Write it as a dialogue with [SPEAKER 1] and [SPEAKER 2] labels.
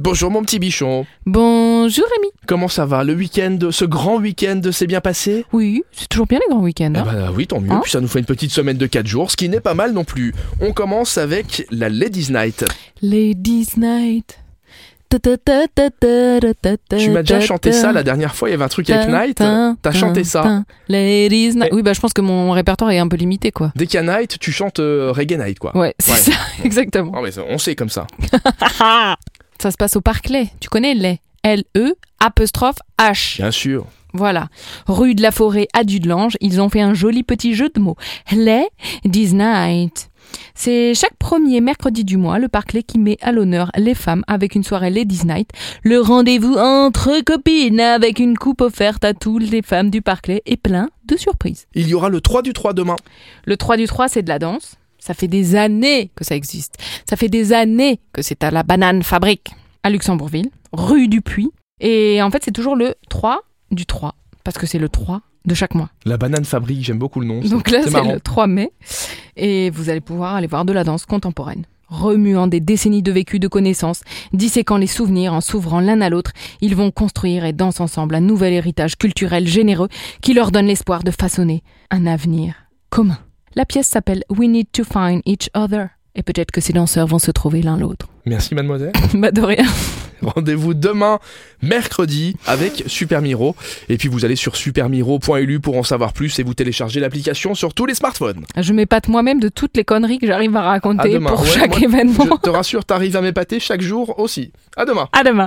[SPEAKER 1] Bonjour mon petit bichon.
[SPEAKER 2] Bonjour Rémi.
[SPEAKER 1] Comment ça va Le week-end, ce grand week-end s'est bien passé
[SPEAKER 2] Oui, c'est toujours bien les grands week-ends.
[SPEAKER 1] Eh
[SPEAKER 2] hein.
[SPEAKER 1] ben, oui, tant mieux.
[SPEAKER 2] Hein
[SPEAKER 1] Puis ça nous fait une petite semaine de 4 jours, ce qui n'est pas mal non plus. On commence avec la Ladies Night.
[SPEAKER 2] Euh, Ladies Night. Ta ta ta ta ta ta ta ta
[SPEAKER 1] Tu m'as déjà
[SPEAKER 2] ta
[SPEAKER 1] chanté
[SPEAKER 2] ta.
[SPEAKER 1] ça la dernière fois, il y avait un truc avec
[SPEAKER 2] Tin,
[SPEAKER 1] Night.
[SPEAKER 2] tin,
[SPEAKER 1] T'as
[SPEAKER 2] tin,
[SPEAKER 1] chanté ça.
[SPEAKER 2] tin. Ladies Night.
[SPEAKER 1] Eh.
[SPEAKER 2] Oui, bah je pense que mon répertoire est un peu limité quoi.
[SPEAKER 1] Dès qu'il y a Night, tu chantes euh, Reggae Night, quoi.
[SPEAKER 2] Ouais, c'est
[SPEAKER 1] Ouais.
[SPEAKER 2] ça, exactement.
[SPEAKER 1] Ah, mais ça, on sait comme ça.
[SPEAKER 2] Ça se passe au Parclay. Tu connais les L-E apostrophe H.
[SPEAKER 1] Bien sûr.
[SPEAKER 2] Voilà. Rue de la Forêt à Dudelange, ils ont fait un joli petit jeu de mots. Les Dis Night. C'est chaque premier mercredi du mois, le Parclay qui met à l'honneur les femmes avec une soirée Ladies Night, le rendez-vous entre copines avec une coupe offerte à toutes les femmes du Parclay et plein de surprises.
[SPEAKER 1] Il y aura le 3 du 3 demain.
[SPEAKER 2] Le 3 du 3, c'est de la danse. Ça fait des années que ça existe. Ça fait des années que c'est à la banane fabrique à Luxembourgville, rue du Puy. Et en fait, c'est toujours le 3 du 3, parce que c'est le 3 de chaque mois.
[SPEAKER 1] La banane fabrique, j'aime beaucoup le nom.
[SPEAKER 2] Donc là,
[SPEAKER 1] c'est
[SPEAKER 2] c'est
[SPEAKER 1] marrant.
[SPEAKER 2] le 3 mai. Et vous allez pouvoir aller voir de la danse contemporaine. Remuant des décennies de vécu, de connaissances, disséquant les souvenirs en s'ouvrant l'un à l'autre, ils vont construire et dansent ensemble un nouvel héritage culturel généreux qui leur donne l'espoir de façonner un avenir commun. La pièce s'appelle We Need to Find Each Other. Et peut-être que ces danseurs vont se trouver l'un l'autre.
[SPEAKER 1] Merci mademoiselle.
[SPEAKER 2] Bah de rien.
[SPEAKER 1] Rendez-vous demain, mercredi, avec Super Miro. Et puis vous allez sur supermiro.lu pour en savoir plus et vous téléchargez l'application sur tous les smartphones.
[SPEAKER 2] Je m'épate moi-même de toutes les conneries que j'arrive à raconter
[SPEAKER 1] demain.
[SPEAKER 2] pour
[SPEAKER 1] Ouais,
[SPEAKER 2] chaque
[SPEAKER 1] moi,
[SPEAKER 2] événement.
[SPEAKER 1] Je te rassure, t'arrives à m'épater chaque jour aussi. À demain.
[SPEAKER 2] À demain.